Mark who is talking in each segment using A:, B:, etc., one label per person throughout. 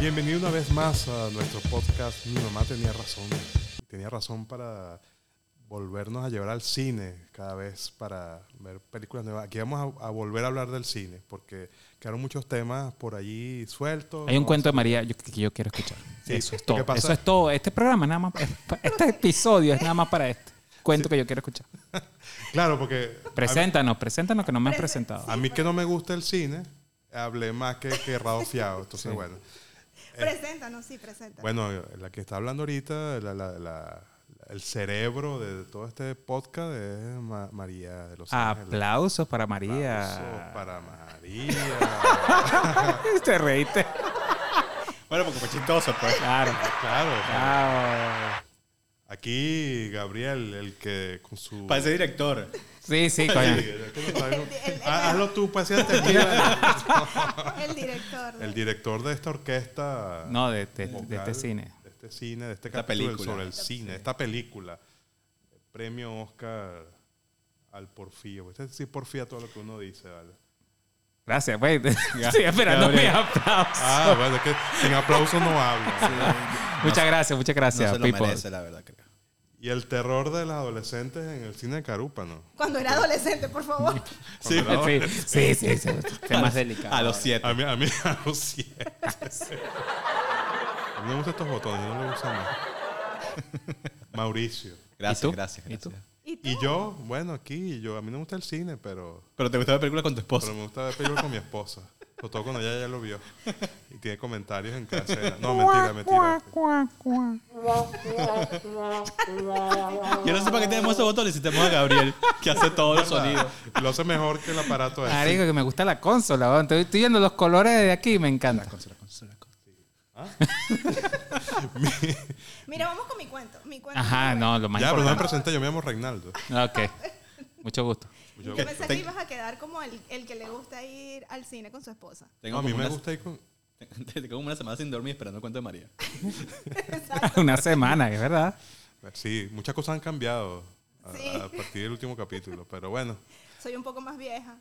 A: Bienvenido una vez más a nuestro podcast. Mi mamá tenía razón. Tenía razón para volvernos a llevar al cine cada vez para ver películas nuevas. Aquí vamos a, a volver a hablar del cine porque quedaron muchos temas por allí sueltos.
B: Hay un
A: No,
B: cuento de María yo- que yo quiero escuchar.
A: Sí,
B: Eso es
A: ¿qué
B: todo.
A: pasa?
B: Eso es todo. Este programa nada más. es pa- Este episodio es nada más para este. Cuento que yo quiero escuchar.
A: Claro, porque
B: Preséntanos, preséntanos que no me has presentado.
A: a mí que no me gusta el cine, hablé más que, que Rado Fiado. Entonces, bueno. Eh.
C: Preséntanos, sí, presenta.
A: Bueno, la que está hablando ahorita, la- la- la- el cerebro de todo este podcast es Ma- María de los
B: Ah,
A: Ángeles.
B: Aplausos para
A: Aplausos
B: María.
A: Para María.
B: Te reíste.
D: Bueno, porque fue chistoso, pues.
B: Claro.
A: claro.
B: Ah,
A: Aquí Gabriel, el que con su...
D: Parece director.
B: Sí, sí, coño.
A: Sí, es que no sabemos.
C: El- el-
A: Ah, Hazlo tú, paciente. aquí,
C: El director. de-
A: El director de esta orquesta...
B: No, de, de- de
A: vocal,
B: este cine.
A: De este cine, de este
D: Esta
A: capítulo
D: película.
A: sobre el cine, esta película. Premio Oscar al porfío. Este sí porfía todo lo que uno dice, ¿vale?
B: Gracias, güey. Estoy esperando mis
D: Gabriel.
B: aplausos.
A: Ah, bueno, es que sin aplauso no habla.
B: Muchas gracias, muchas
D: No se
B: gracias,
D: lo
B: people.
D: merece, la verdad, creo.
A: Y el terror de los adolescentes en el cine de Carúpano.
C: Cuando era adolescente, por favor.
A: Sí,
B: Sí, sí, sí, sí. Temas delicados.
D: A los siete.
A: A mí, a mí, a los siete. A mí me gustan estos botones, yo no le gustan más. Mauricio.
D: Gracias,
B: tú?
D: gracias,
B: ¿Y
D: gracias.
B: tú?
C: ¿Y tú?
A: Y yo, bueno, aquí, yo, a mí no me gusta el cine, pero,
D: Pero te gustó la película con tu
A: pero
D: esposo.
A: me gusta ver películas con mi esposa. Sobre todo cuando ella ya lo vio. Y tiene comentarios en casa. ella- No, mentira, mentira.
D: Yo no sé para qué tenemos esos botones si tenemos a Gabriel, que hace todo el sonido.
A: Lo hace mejor que el aparato de
B: Marico, que me gusta la consola, weón. Estoy, estoy viendo los colores de aquí, me encanta.
C: Mira, vamos con mi cuento. Mi cuento
B: Ajá, no, lo más
A: Ya, pues, pero no me
B: importante.
A: presenté, yo me llamo Reinaldo.
B: Ok. Mucho gusto.
A: Yo-
C: Yo pensé que
D: Ten-
C: ibas a quedar como el, el que le gusta ir al cine con su esposa.
A: No,
D: Tengo
A: a mí
D: como
A: me
D: una-
A: gusta ir con...
D: Tengo como una semana sin dormir esperando el cuento de María.
B: Una semana, es verdad.
A: Sí, muchas cosas han cambiado a,
C: Sí.
A: a partir del último capítulo, pero bueno.
C: Soy un poco más vieja.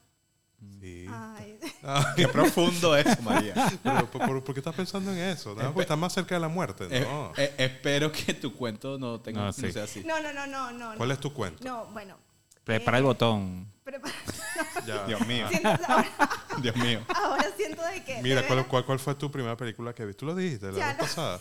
A: Sí. Ah.
C: Ay.
A: Ay,
D: Qué profundo eso, María.
A: pero, ¿por, por- por qué estás pensando en eso? Nada más porque estás más cerca de la muerte,
D: Eh,
A: ¿no?
D: eh, espero que tu cuento no, tenga,
B: No,
D: no,
B: sí.
D: sea así.
C: No, no, no, no, no.
A: ¿Cuál es tu cuento?
C: No, bueno.
B: Prepara el botón.
C: Prepara-
A: Ya.
D: Dios mío,
C: Siento- ahora,
D: Dios mío.
C: ahora siento de que... de
A: Mira, ¿cuál,
C: veras-
A: cuál, cuál fue tu primera película que viste? Tú lo dijiste la
C: Ya
A: vez
C: no.
A: pasada.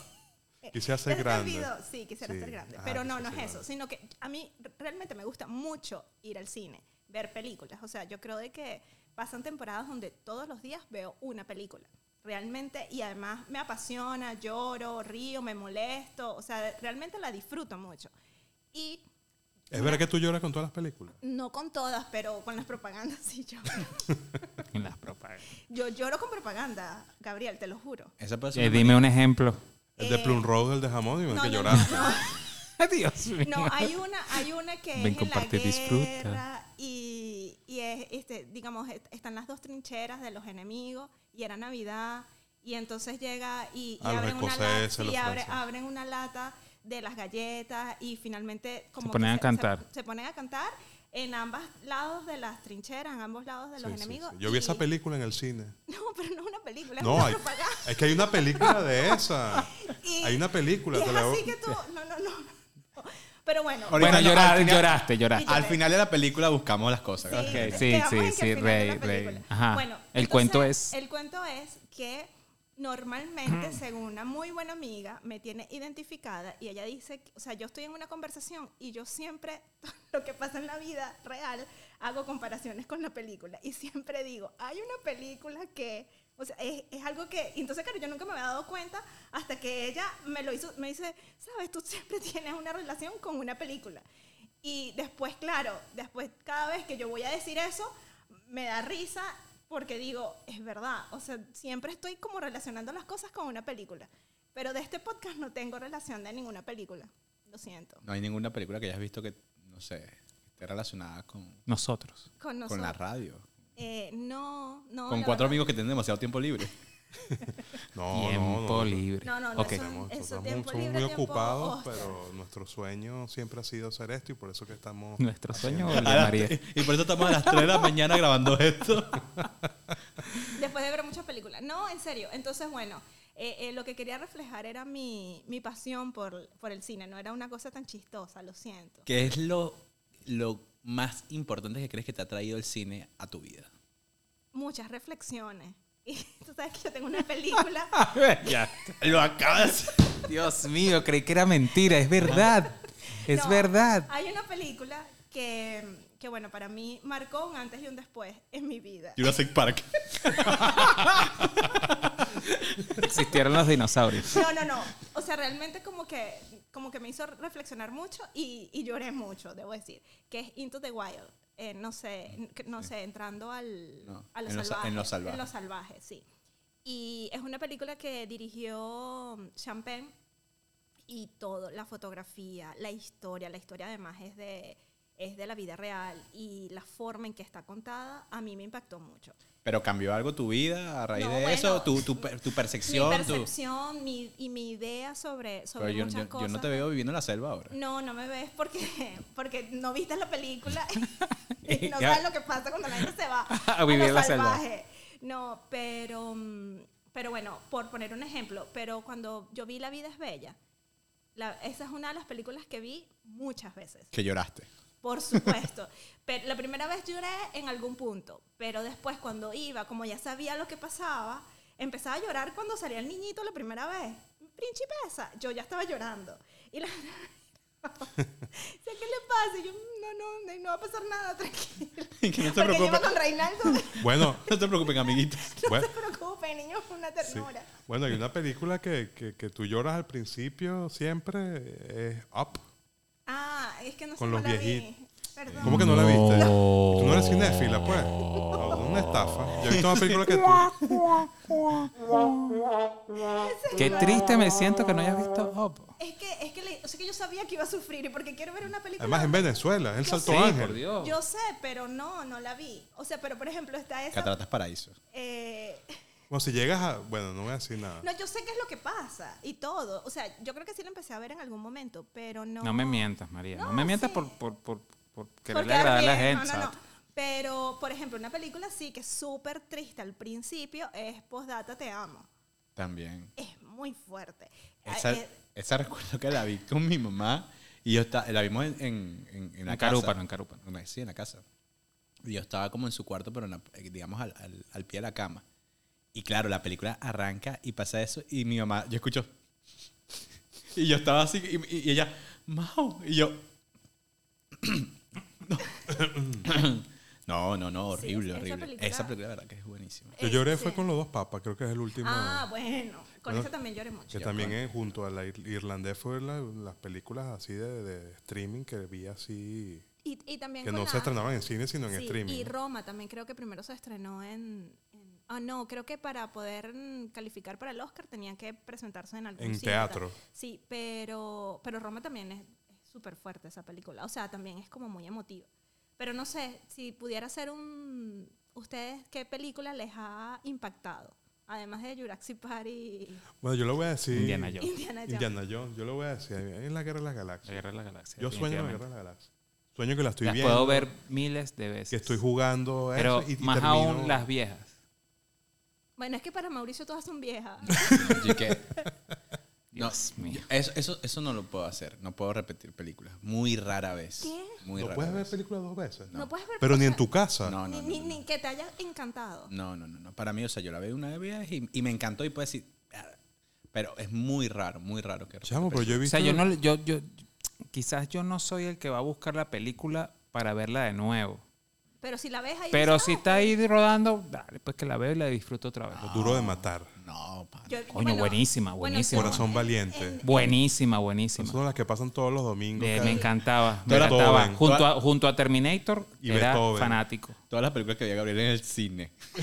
C: Eh,
A: Quisiera ser
C: pero te
A: grande.
C: olvido, sí, quisiera
A: Sí.
C: ser grande.
A: Ah,
C: pero no,
A: quisiera
C: no es
A: ser
C: eso. Sino que a mí realmente me gusta mucho ir al cine, ver películas. O sea, yo creo de que pasan temporadas donde todos los días veo una película. Realmente, y además me apasiona, lloro, río, me molesto. O sea, realmente la disfruto mucho. Y
A: ¿Es verdad que tú lloras con todas las películas?
C: no con todas, pero con las propagandas sí yo.
B: En las propagandas.
C: Yo lloro con propaganda, Gabriel, te lo juro.
D: Esa persona.
B: Eh, dime un ejemplo.
A: El de
C: Eh,
A: Plum Rose, el de jamón, y me
C: no,
A: que
C: no, no,
A: lloraste.
C: no.
B: Dios mío.
C: No, hay una, hay una que
B: Ven,
C: es en la
B: comparte, disfruta.
C: guerra y, y es, este, digamos, est- están las dos trincheras de los enemigos y era Navidad y entonces llega y, y
A: Ah, los
C: abren, una lata,
A: escoceses, los
C: y abre-
A: franceses.
C: abren una lata de las galletas y finalmente como que
B: ponen a cantar.
C: Se, ponen a cantar en ambos lados de las trincheras, en ambos lados de los
A: Sí, sí,
C: enemigos.
A: sí. Yo vi
C: y-
A: esa película en el cine.
C: No, pero no es una película, es
A: No,
C: una
A: hay,
C: propaganda.
A: es que hay una película de esa.
C: Y-
A: hay una película,
C: y
A: te
C: es
A: la voy-
C: así que tú, no, no, no. no. Pero bueno,
D: Ahorita
B: Bueno,
D: no,
B: llora-
D: al final-
B: lloraste, lloraste.
D: Al final de la película buscamos las cosas.
C: Sí,
D: ¿verdad?
B: sí,
C: quedamos en
B: sí, sí,
C: que al final de la
B: rey, rey.
C: película.
B: Ajá.
C: Bueno,
B: El
C: entonces,
B: cuento es-
C: El cuento es que normalmente, según una muy buena amiga, me tiene identificada y ella dice, que- o sea, yo estoy en una conversación y yo siempre, lo que pasa en la vida real, hago comparaciones con la película y siempre digo, hay una película que... O sea, es, es algo que... y Entonces, claro, yo nunca me había dado cuenta hasta que ella me lo hizo, me dice, sabes, tú siempre tienes una relación con una película. Y después, claro, después cada vez que yo voy a decir eso, me da risa porque digo, es verdad. O sea, siempre estoy como relacionando las cosas con una película. Pero de este podcast no tengo relación de ninguna película. Lo siento.
D: No hay ninguna película que hayas visto que, no sé, esté relacionada con,
B: Nosotros.
C: Con
D: con la
C: nosotros.
D: radio.
C: Eh, no, no.
D: con
C: la
D: cuatro
C: verdad.
D: amigos que tienen demasiado tiempo libre.
A: No, no,
B: Tiempo
A: no, no.
B: libre.
C: No, no, no.
B: Ok.
C: es un-
A: Tenemos-
C: es un
A: Nosotros
C: tiempo
A: somos
C: libre,
A: muy
C: tiempo
A: ocupados,
C: ostra.
A: pero nuestro sueño siempre ha sido hacer esto y por eso que estamos...
B: Nuestro sueño,
D: A
B: el de
D: las-
B: María.
D: y por eso estamos a las 3 de la mañana grabando esto.
C: Después de ver muchas películas. No, en serio. Entonces, bueno, eh, eh, lo que quería reflejar era mi, mi pasión por, por el cine, no era una cosa tan chistosa, lo siento.
D: ¿Qué es lo, lo más importante que crees que te ha traído el cine a tu vida?
C: Muchas reflexiones. Y tú sabes que yo tengo una película
D: Ya, lo acabas.
B: Dios mío, creí que era mentira. Es verdad. Es
C: No,
B: verdad.
C: Hay una película que, que, bueno, para mí marcó un antes y un después en mi vida.
D: Jurassic Park.
B: Existieron los dinosaurios.
C: No, no, no. O sea, realmente como que, como que me hizo reflexionar mucho y, y lloré mucho, debo decir. Que es Into the Wild. Eh, no sé, que- no sé, entrando al,
D: No,
C: a lo
D: en lo sa-
C: salvaje,
D: en lo salvaje.
C: En lo salvaje, sí. Y es una película que dirigió Champagne y todo, la fotografía, la historia, la historia además es de, es de la vida real y la forma en que está contada a mí me impactó mucho.
D: ¿Pero cambió algo tu vida a raíz
C: No,
D: de
C: bueno.
D: eso? ¿Tu, tu, per- tu percepción?
C: mi
D: tu-
C: percepción mi- y mi idea sobre,
D: Pero
C: sobre
D: yo,
C: muchas
D: yo- yo
C: cosas.
D: no te veo viviendo en la selva ahora.
C: No, no me ves porque, porque no viste la película y no
B: Ya.
C: sabes lo que pasa cuando la gente se va
B: A
C: lo
B: vivir la selva.
C: salvaje. No, pero, mm, pero bueno, por poner un ejemplo, pero cuando yo vi La vida es bella, la- esa es una de las películas que vi muchas veces.
D: Que lloraste.
C: Por supuesto. Pero la primera vez lloré en algún punto, pero después cuando iba, como ya sabía lo que pasaba, empezaba a llorar cuando salía el niñito la primera vez. Principesa, yo ya estaba llorando. Y la ¿Qué le pasa? Y yo, no, no, no va a pasar nada, tranquila.
D: que no se
C: Porque yo iba
D: preocupen.
C: con Reinaldo, no
A: Bueno,
D: No se preocupen, amiguitos.
A: bueno,
C: se preocupe, niño, fue una
A: sí.
C: ternura.
A: bueno, hay una película que, que, que tú lloras al principio siempre, es Up.
C: Ah, es que no
A: Con
C: sé
A: los
C: no la vi.
A: viejitos.
C: Perdón.
A: ¿Cómo que no la viste? Tú no eres cinéfila, pues. Una estafa. Yo he visto una película que tú...
B: Qué triste me siento que no hayas visto Up.
C: Es que, es que, le- o sea, que yo sabía que iba a sufrir y porque quiero ver una película.
A: Además, en Venezuela, en
C: Sí,
A: Salto
B: por
A: Ángel.
B: Dios.
C: Yo sé, pero no, no la vi. O sea, pero por ejemplo está esa...
D: Cataratas Paraíso.
C: eh,
A: Bueno, si llegas a... Bueno, no voy a decir nada.
C: no, yo sé qué es lo que pasa y todo. O sea, yo creo que sí la empecé a ver en algún momento, pero no...
B: No me mientas, María. No,
C: No,
B: me mientas
C: sí.
B: por, por, por, por
C: Por
B: quererle
C: quedar
B: agradar a la
C: bien,
B: gente.
C: No, no,
B: ¿sabes?
C: no. Pero, por ejemplo, una película sí que es súper triste al principio es Postdata Te Amo.
D: También.
C: Es muy fuerte.
D: Esa,
C: Eh,
D: esa recuerdo que la vi con mi mamá y yo esta- la vimos en, en, en, en la
B: En Carúpano,
D: casa.
B: en Carúpano.
D: Una- Sí, en la casa. Y yo estaba como en su cuarto, pero en la- eh, digamos al, al- al pie de la cama. Y claro, la película arranca y pasa eso y mi mamá, yo escucho... Y yo estaba así y, y- y ella, Mau. Y yo... No, no, no,
C: Sí,
D: horrible,
C: esa
D: horrible.
C: película-
D: Esa película, la verdad, que es buenísima.
A: Yo
C: eh,
A: lloré
C: sí.
A: fue con los dos papas, creo que es el último...
C: Ah, bueno. Con
A: Bueno,
C: esa también lloré mucho.
A: Que también es, junto a la ir- irlandés fue la- las películas así de, de streaming que vi así,
C: Y, y también
A: que
C: con
A: no se
C: la-
A: estrenaban en cine sino en
C: Sí,
A: streaming.
C: Y Roma también creo que primero se estrenó en... en- Ah, no, creo que para poder mm, calificar para el Oscar tenían que presentarse en algún
A: En
C: sitio,
A: teatro.
C: tal. Sí, pero, pero Roma también es es súper fuerte esa película. O sea, también es como muy emotiva. Pero no sé, si pudiera ser un... ¿Ustedes qué película les ha impactado? Además de Jurassic Park y
A: Bueno, yo lo voy a decir...
B: Indiana Jones.
C: Indiana Jones.
A: Indiana Jones, yo lo voy a decir. En la Guerra de las
B: La
A: Galaxias.
B: guerra de la galaxia.
A: Yo sueño en la Guerra de las
B: definitivamente.
A: Galaxias. Sueño que la estoy
B: Las
A: viendo.
B: puedo ver miles de veces.
A: Que estoy jugando a
B: Pero
A: eso y, y
B: más
A: termino-
B: aún las viejas.
C: Bueno, es que para Mauricio todas son viejas.
D: Así que- No,
B: Dios mío.
D: Eso, eso, eso no lo puedo hacer. No puedo repetir películas. Muy rara vez.
C: ¿Qué?
D: Muy
A: ¿No
D: rara
A: puedes ver
D: vez.
A: películas dos veces?
C: No, puedes ver...
A: Pero ni en
C: películas-
A: tu casa.
D: No, no,
C: Ni,
D: no,
C: ni-
D: no,
C: ni que te haya encantado.
D: no, no, no, no. Para mí, o sea, yo la veo una vez y, y me encantó y puedo decir... "Ah", Pero es muy raro, muy raro que...
A: Chamo, pero yo he
B: O
A: visto...
B: sea, yo no, le- yo, yo, quizás yo no soy el que va a buscar la película para verla de nuevo.
C: Pero si la ves ahí...
B: Pero
C: dices,
B: si
C: "Ah,
B: está ahí rodando, dale, pues que la veo y la disfruto otra vez.
A: Lo Duro de matar.
D: No, pana.
C: Yo-
B: Coño, buenísima, buenísima.
A: Corazón valiente.
C: Eh,
B: Buenísima,
A: Esas
B: buenísima.
A: son las que pasan todos los domingos.
B: Eh,
A: cada-
B: me encantaba. Me
A: Toda-
B: encantaba.
A: Beethoven.
B: Junto a,
D: Toda-
B: junto a Terminator
A: Y
B: era
A: Beethoven.
B: fanático.
D: Todas las películas que veía Gabriel en el cine.
C: Sí,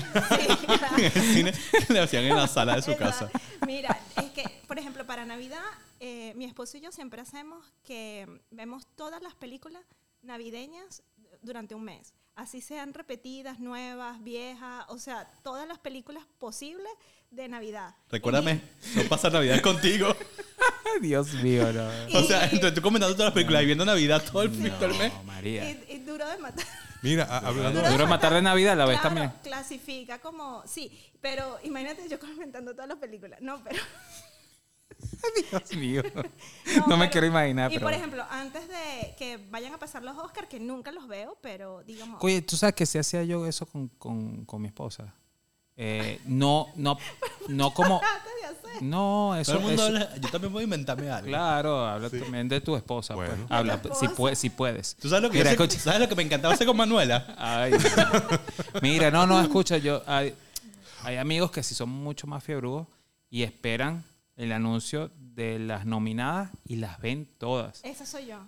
C: claro.
D: En el cine le hacían en la sala de su
C: Exacto.
D: casa.
C: Mira, es que, por ejemplo, para Navidad, eh, mi esposo y yo siempre hacemos que vemos todas las películas navideñas durante un mes. Así sean repetidas, nuevas, viejas, o sea, todas las películas posibles de Navidad.
D: Recuérdame, no pasa Navidad contigo.
B: Ay, Dios mío, no.
C: Y-
D: O sea, entonces tú comentando todas las películas y viendo Navidad todo el, todo el mes.
B: No, María.
C: Y, y duro de matar.
A: Mira, a- hablando
C: Duro de
B: Duro de matar de Navidad la ves
C: Claro,
B: también.
C: clasifica como, sí, pero imagínate yo comentando todas las películas. No, pero...
B: Dios mío. No, me
C: pero-
B: quiero imaginar.
C: Y
B: pero-
C: por ejemplo, antes de que vayan a pasar los Oscars, que nunca los veo, pero digamos...
B: Oye, tú sabes que si hacía yo eso con, con- con mi esposa. Eh, no, no, no como. No, eso.
D: Todo el mundo
B: eso-
D: habla- yo también puedo inventarme algo.
B: Claro, habla también de tu esposa. pues.
A: Bueno.
B: Habla,
C: De tu
B: si,
C: esposa.
B: puedes, si puedes.
D: ¿Tú sabes lo que,
B: Mira,
D: yo sé-
B: escucha.
D: ¿sabes lo que me encantaba hacer con Manuela?
B: Ay, mira, no, no, escucha, yo hay, hay amigos que sí son mucho más fiebrudos y esperan el anuncio de las nominadas y las ven todas.
C: Esa soy yo.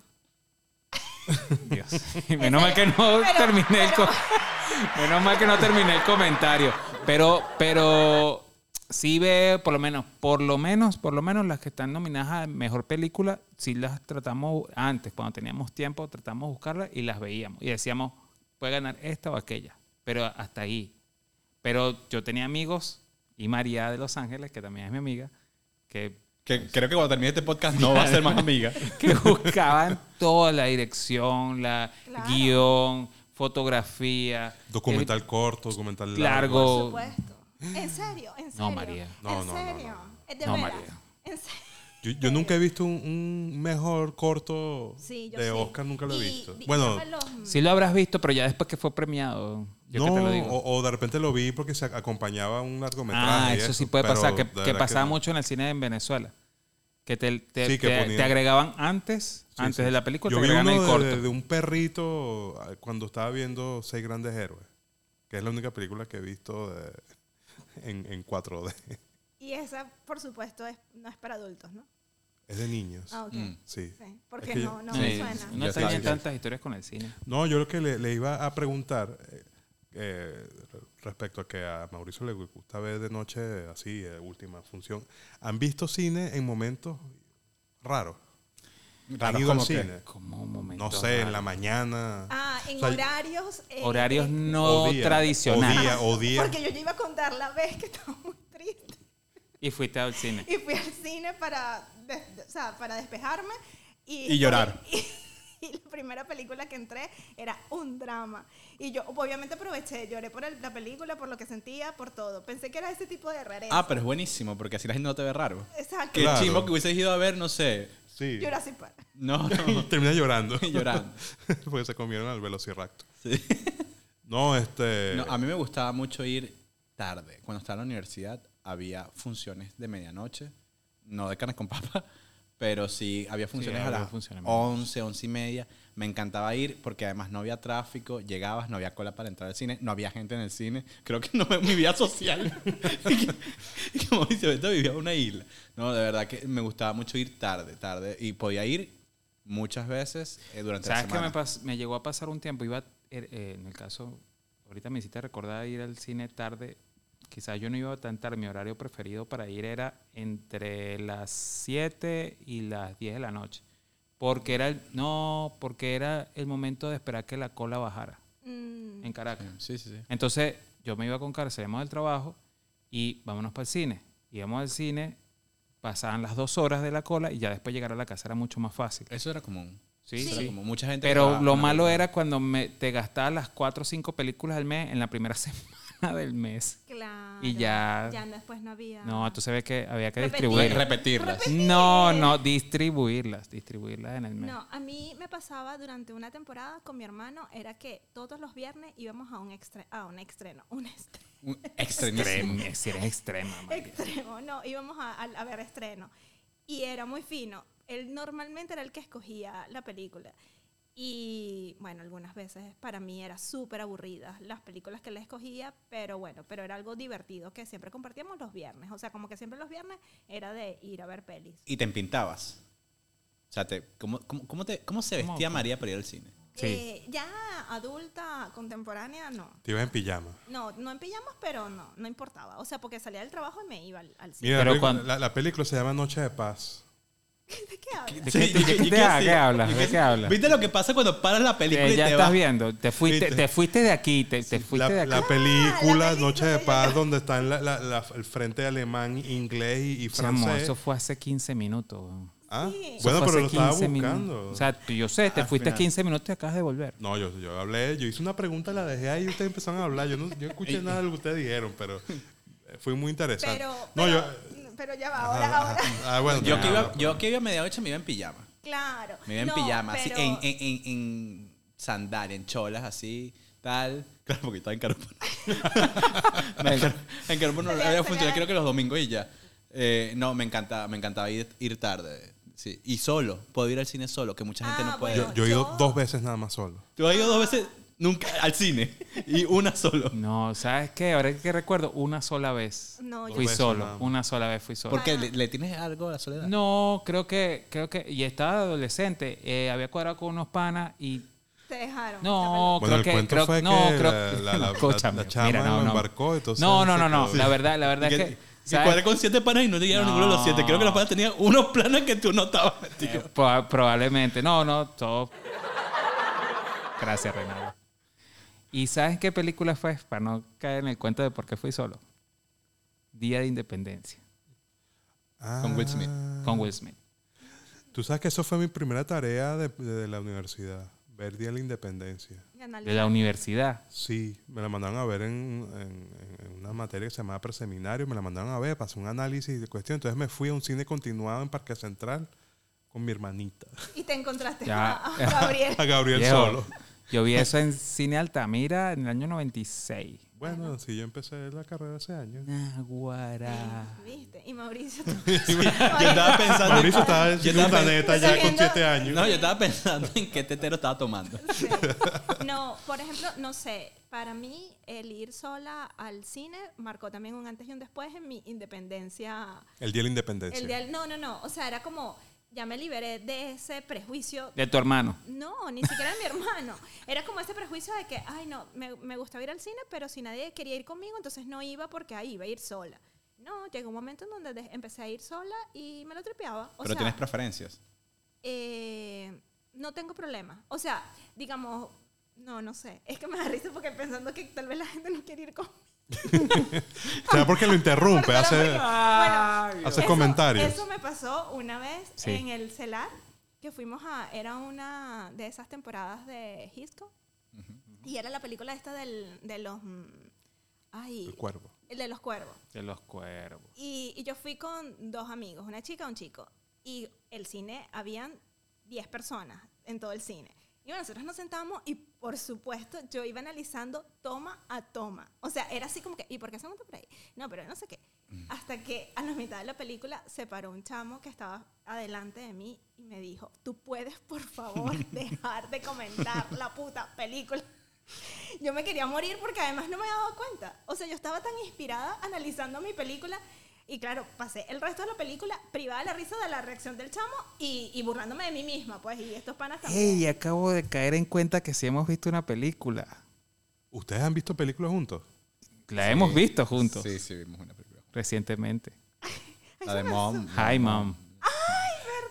B: Dios. Y menos mal que no
C: Pero-
B: terminé el co- menos mal que no terminé el comentario. Pero, pero sí ve, por lo menos, por lo menos, por lo menos las que están nominadas a mejor película, sí las tratamos antes, cuando teníamos tiempo, tratamos de buscarlas y las veíamos. Y decíamos, puede ganar esta o aquella. Pero hasta ahí. Pero yo tenía amigos, y María de Los Ángeles, que también es mi amiga, que
D: Que creo que cuando termine este podcast no va a ser más amiga.
B: que buscaban toda la dirección, la
C: Claro.
B: guión, fotografía.
A: documental corto, documental
B: Largo.
A: largo.
B: Oh.
C: Por supuesto. ¿En serio? ¿En serio?
B: María.
A: No,
C: ¿En
A: no, no,
C: serio?
A: no, no.
C: ¿Es ¿De
B: No,
C: veras?
B: María.
C: ¿En serio?
A: Yo, yo nunca he visto un, un mejor corto
C: Sí, yo
A: de
C: sí.
A: Oscar, nunca lo he
C: Y
A: visto.
C: di-
A: Bueno,
C: dígamelo, mm,
B: Sí lo habrás visto, pero ya después que fue premiado. Yo
A: no,
B: que te lo digo.
A: O, o de repente lo vi porque se ac- acompañaba un largometraje.
B: ah,
A: y
B: eso sí puede
A: pero
B: pasar,
A: de
B: que,
A: verdad
B: que pasaba
A: no.
B: mucho en el cine en Venezuela. Que te, te,
A: Sí, que
B: te-
A: ponían-
B: te agregaban antes,
A: Sí,
B: antes
A: sí,
B: de la
A: sí.
B: película,
A: Yo
B: te
A: vi
B: agregaban el
A: uno
B: corto.
A: de- De, de un perrito ah, cuando estaba viendo Seis Grandes Héroes, que es la única película que he visto de- en, en 4D.
C: Y esa, por supuesto, es- no es para adultos, ¿no?
A: Es de niños.
C: Ah, ok.
D: Mm.
A: Sí.
C: Sí, porque
A: Es que yo-
C: no, no
B: Sí,
C: me suena.
B: Uno
D: Ya
B: tenía
D: sabes.
B: tantas historias con el cine.
A: No, yo lo que le, le iba a preguntar eh, eh, respecto a que a Mauricio le gusta ver de noche así, eh, última función. ¿Han visto cine en momentos raros? ¿Han ido al
D: como que-
A: cine?
B: Como un momento.
A: No sé, en
B: raro.
A: la mañana.
C: Ah, en
A: O sea,
C: horarios... eh,
B: Horarios
C: eh,
B: no
A: o día,
B: tradicionales.
A: O día, o día.
C: Porque yo ya iba a contar la vez que estaba muy triste
B: Y fuiste al cine.
C: y fui al cine para, des- o sea, para despejarme y,
D: Y llorar.
C: Y, y la primera película que entré era un drama. Y yo obviamente aproveché, lloré por el- la película, por lo que sentía, por todo. Pensé que era ese tipo de rareza.
D: Ah, pero es buenísimo porque así la gente no te ve raro.
C: Exacto.
D: Qué
A: Claro.
D: chimbo que hubieses ido a ver, no sé.
A: Sí.
C: Jurassic Park.
D: No,
A: y
D: no.
A: termina llorando.
D: Llorando.
A: porque se comieron al velociraptor.
D: Sí.
A: No, este.
D: No, a mí me gustaba mucho ir tarde. Cuando estaba en la universidad había funciones de medianoche, no de carnes con papa, pero sí había funciones
B: Sí,
D: a
B: había
D: las
B: funciones de medianoche.
D: 11, 11 y media. Me encantaba ir porque además no había tráfico, llegabas, no había cola para entrar al cine, no había gente en el cine. Creo que no es mi vida social. Y que- y como dice, Beto vivía en una isla. No, de verdad que me gustaba mucho ir tarde, tarde. Y podía ir muchas veces eh, durante la
B: ¿Sabes qué
D: semana.
B: me, pas- me llegó a pasar un tiempo? Iba, er- eh, en el caso, ahorita me hiciste recordar ir al cine tarde. Quizás yo no iba tan tarde. Mi horario preferido para ir era entre las 7 y las 10 de la noche. Porque era el, no, porque era el momento de esperar que la cola bajara
C: Mm,
B: en Caracas.
D: Sí, sí, sí.
B: Entonces, yo me iba con Carlos, salíamos del trabajo y vámonos para el cine. Íbamos al cine, pasaban las dos horas de la cola y ya después llegar a la casa era mucho más fácil.
D: Eso era común.
B: Sí,
D: Eso era
B: sí.
D: común. Mucha gente
B: Pero
D: grababa
B: lo
D: una
B: malo
D: película.
B: era cuando me, te gastabas las cuatro o cinco películas al mes en la primera semana del mes.
C: claro.
B: Y ya-
C: Ya después no había...
B: No, entonces ves que había que
C: Repetir.
D: Re-
B: distribuirlas.
D: repetirlas.
C: Repe-
B: No, no, distribuirlas, distribuirlas en el mes.
C: No, a mí me pasaba durante una temporada con mi hermano, era que todos los viernes íbamos a un, extre a un estreno, un estreno.
D: Un
B: Extremo,
D: extremismo.
B: si eres extrema. María.
C: extremo, no, íbamos a, a- a ver estreno. Y era muy fino. Él normalmente era el que escogía la película. Y bueno, algunas veces para mí era súper aburridas las películas que él escogía, pero bueno, pero era algo divertido que siempre compartíamos los viernes. O sea, como que siempre los viernes era de ir a ver pelis.
D: Y te empintabas. O sea, te, ¿cómo, cómo, cómo te, ¿cómo se
B: ¿Cómo?
D: vestía María para ir al cine?
B: Sí.
C: Eh, ya adulta, contemporánea, no.
A: Te ibas en pijama.
C: No, no en pijamas, pero no, no importaba. O sea, porque salía del trabajo y me iba al, al cine.
A: Mira,
B: Pero
A: la, película,
B: cuando-
A: la- la película se llama Noche de Paz.
C: ¿De qué hablas?
B: ¿De
D: Sí,
B: qué,
D: y
B: te- de
D: que-
B: qué
D: y
B: te-
D: que
B: ah,
D: sí.
B: ¿qué hablas? ¿De qué hablas?
D: ¿Viste lo que pasa cuando paras la película
B: Eh,
D: y
B: ya
D: te
B: estás
D: vas?
B: viendo, te fuiste,
A: Viste.
B: te fuiste de aquí, te, te fuiste de
A: La,
B: aquí.
A: la película
C: Ah, película
A: Noche de
C: de-
A: Paz, donde están la- la- la- el frente alemán, inglés y, y
B: Chamo,
A: francés.
B: eso fue hace 15 minutos. weón.
A: Ah,
C: Sí.
B: Eso
A: bueno,
B: fue
A: pero lo
B: hace
A: estaba
B: 15 minutos.
A: buscando.
B: O sea, tú, yo sé, te
D: Al
B: fuiste
D: final.
B: 15 minutos y acabas de volver.
A: no, yo, yo hablé, yo hice una pregunta, la dejé ahí y ustedes empezaron a hablar. Yo no yo escuché nada de lo que ustedes dijeron, pero eh, fue muy interesante.
C: Pero,
A: no,
C: pero,
A: yo.
C: pero ya va,
A: ajá,
C: ahora,
A: ajá.
C: ahora.
A: Ah, bueno,
D: Yo que, iba,
A: nada.
D: yo que iba a medianoche me iba en pijama.
C: Claro.
D: Me iba en
C: No,
D: pijama, así,
C: pero-
D: en, en, en, en sandalia, en cholas, así, tal. Claro, porque estaba en Carupano. No, en Car- en Carupano no
C: Tenía-
D: había
C: tenía-
D: funcionado, creo que los domingos y ya. Eh, no, me encantaba, me encantaba ir, ir tarde. Sí. Y solo, puedo ir al cine solo, que mucha gente
C: Ah,
D: no puede.
A: Yo- yo he ido dos veces nada más solo.
D: Tú has ido dos veces nunca al cine y una solo.
B: No, ¿sabes qué? Ahora que recuerdo, una sola vez.
C: No, yo-
B: fui
A: Dos veces
B: solo,
A: nada más.
B: una sola vez fui solo.
D: ¿Por qué? ¿Le, le tienes algo a la soledad?
B: No, creo que, creo que, y estaba adolescente, eh, había cuadrado con unos panas y
C: Te dejaron.
B: no,
A: Bueno, el
B: creo que,
A: cuento
B: creo,
A: fue
B: no,
A: que
B: creo
A: la- la- la- la-
B: Escúchame,
A: la chama
B: mira, no,
A: lo
B: no.
A: embarcó, entonces
B: no, no,
A: se
B: no, no,
A: quedó.
B: la verdad, la verdad
D: Y
B: es
D: que,
B: que,
D: y
B: ¿sabes?
D: cuadré con siete panas y no te llegaron ninguno de los siete. Creo que los panas tenían unos planes que tú no estabas metido.
B: Eh, Proba- probablemente. No, no, todo. Gracias, Reinaldo. ¿Y sabes qué película fue? Para no caer en el cuento de por qué fui solo. Día de Independencia,
D: Con Will Smith.
A: Ah.
B: con Will Smith.
A: Tú sabes que eso fue mi primera tarea de, de la universidad, ver Día de la Independencia.
C: Y analiza.
B: De la universidad.
A: Sí, me la mandaron a ver en, en- en- en una materia que se llamaba preseminario, me la mandaron a ver, pasé un análisis de cuestión, entonces me fui a un cine continuado en Parque Central con mi hermanita,
C: Y te encontraste
B: Ya.
C: a, a Gabriel.
A: a Gabriel
B: Viejo,
A: solo.
B: Yo vi eso en Cine Altamira en el año 96.
A: Bueno, sí, yo empecé la carrera ese año.
B: Naguará.
C: ¿Viste? Y Mauricio. tú-
D: Yo estaba
C: Mauricio.
D: pensando.
A: Mauricio estaba en
D: Yo
A: un
D: estaba
A: planeta
C: pen-
A: ya con
C: sabiendo-
A: siete años.
D: No, yo estaba pensando en qué tetero estaba tomando.
C: Sí. No, por ejemplo, no sé, para mí el ir sola al cine marcó también un antes y un después en mi independencia.
A: El Día de la Independencia.
C: El día- no, no, no, o sea, era como, ya me liberé de ese prejuicio.
B: De tu hermano.
C: No, ni siquiera de mi hermano. Era como ese prejuicio de que, ay, no, me, me gustaba ir al cine, pero si nadie quería ir conmigo, entonces no iba porque ahí iba a ir sola. No, llegó un momento en donde de- empecé a ir sola y me lo tripeaba. O
D: Pero
C: sea,
D: tienes preferencias.
C: eh, no tengo problema. O sea, digamos, no, no sé. Es que me da risa porque pensando que tal vez la gente no quiere ir con.
A: ¿Será porque lo interrumpe? hace,
C: bueno,
A: Hace comentarios.
C: Eso me pasó una vez
B: Sí.
C: en el CELAR, que fuimos a. Era una de esas temporadas de Hitchcock. Y era la película esta del, de los. mm, Ay.
A: el cuervo.
C: El de los cuervos.
B: De los cuervos.
C: Y, y yo fui con dos amigos, una chica y un chico. Y el cine, habían 10 personas en todo el cine. Y bueno, nosotros nos sentábamos y por supuesto yo iba analizando toma a toma. O sea, era así como que, ¿y por qué se montó por ahí? No, pero no sé qué. Hasta que a la mitad de la película se paró un chamo que estaba adelante de mí y me dijo, tú puedes por favor dejar de comentar la puta película. Yo me quería morir porque además no me había dado cuenta. O sea, yo estaba tan inspirada analizando mi película y claro, pasé el resto de la película privada de la risa de la reacción del chamo y, y burlándome de mí misma, pues, y estos panas también.
B: Ey, acabo de caer en cuenta que sí hemos visto una película.
A: ¿Ustedes han visto películas juntos?
B: La hemos visto juntos
D: Sí, sí, vimos una película.
B: recientemente.
D: La de Mom.
B: Hi, mom. Ah.